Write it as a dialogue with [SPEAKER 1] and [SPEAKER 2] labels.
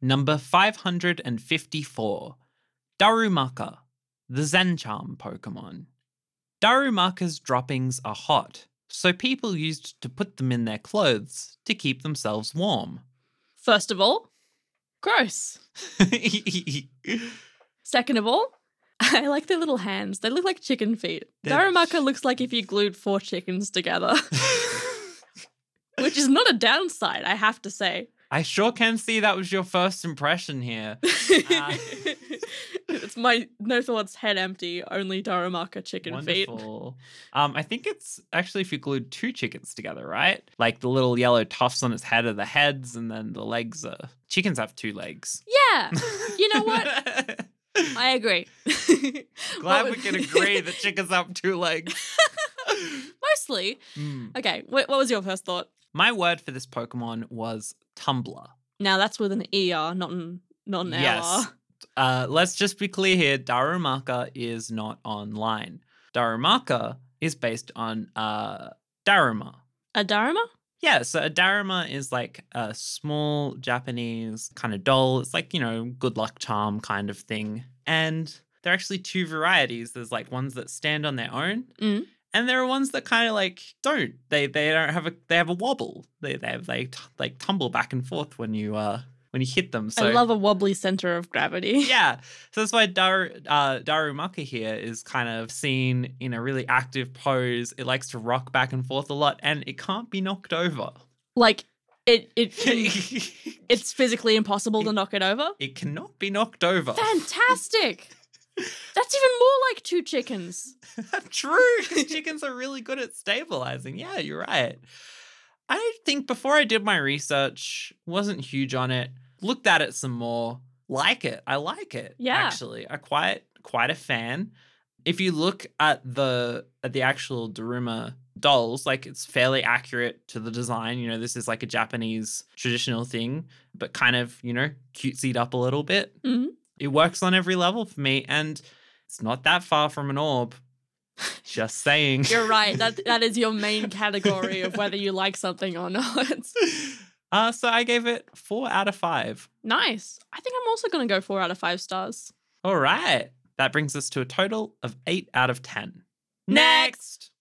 [SPEAKER 1] Number 554 Darumaka, the Zancharm Pokemon. Darumaka's droppings are hot, so people used to put them in their clothes to keep themselves warm.
[SPEAKER 2] First of all, gross. Second of all, I like their little hands. They look like chicken feet.
[SPEAKER 1] Yeah.
[SPEAKER 2] Darumaka looks like if you glued four chickens together, which is not a downside, I have to say.
[SPEAKER 1] I sure can see that was your first impression here. Ah.
[SPEAKER 2] it's my no thoughts head empty, only Darumaka chicken feet.
[SPEAKER 1] Wonderful. Um, I think it's actually if you glued two chickens together, right? Like the little yellow tufts on its head are the heads, and then the legs are chickens have two legs.
[SPEAKER 2] Yeah, you know what? I agree.
[SPEAKER 1] Glad
[SPEAKER 2] What
[SPEAKER 1] we
[SPEAKER 2] was-
[SPEAKER 1] can agree that chickens have two legs.
[SPEAKER 2] Mostly.
[SPEAKER 1] Hmm.
[SPEAKER 2] Okay, wh- what was your first thought?
[SPEAKER 1] My word for this Pokemon was Tumblr.
[SPEAKER 2] Now that's with an ER, not an, not an
[SPEAKER 1] Yes.
[SPEAKER 2] LR.
[SPEAKER 1] Uh, let's just be clear here Darumaka is not online. Darumaka is based on uh, Daruma.
[SPEAKER 2] A Daruma?
[SPEAKER 1] Yeah, so a Daruma is like a small Japanese kind of doll. It's like, you know, good luck charm kind of thing. And there are actually two varieties. There's like ones that stand on their own.
[SPEAKER 2] Mm.
[SPEAKER 1] And there are ones that kind of like don't. They they don't have a they have a wobble. They they have like t- like tumble back and forth when you uh when you hit them. So
[SPEAKER 2] I love a wobbly center of gravity.
[SPEAKER 1] yeah. So that's why Dar- uh, Darumaka here is kind of seen in a really active pose. It likes to rock back and forth a lot and it can't be knocked over.
[SPEAKER 2] Like it it can-
[SPEAKER 1] it
[SPEAKER 2] it's physically impossible to knock it over.
[SPEAKER 1] cannot be knocked over.
[SPEAKER 2] Fantastic. That's even more like two chickens.
[SPEAKER 1] True, 'cause chickens are really good at stabilizing. Yeah, you're right. I think before I did my research, wasn't huge on it. Looked at it some more. Like it. I like it.
[SPEAKER 2] Yeah.
[SPEAKER 1] Actually, I quite quite a fan. If you look at the at the actual Daruma dolls, like it's fairly accurate to the design. You know, this is like a Japanese traditional thing, but kind of, you know, cutesied up a little bit.
[SPEAKER 2] Mhm.
[SPEAKER 1] It works on every level for me, and it's not that far from an orb. Just saying.
[SPEAKER 2] You're right. That that is your main category of whether you like something or not.
[SPEAKER 1] Uh, so I gave it four out of five.
[SPEAKER 2] nice. I think I'm also gonna go four out of five stars.
[SPEAKER 1] All right. That brings us to a total of eight out of 10.
[SPEAKER 2] Next.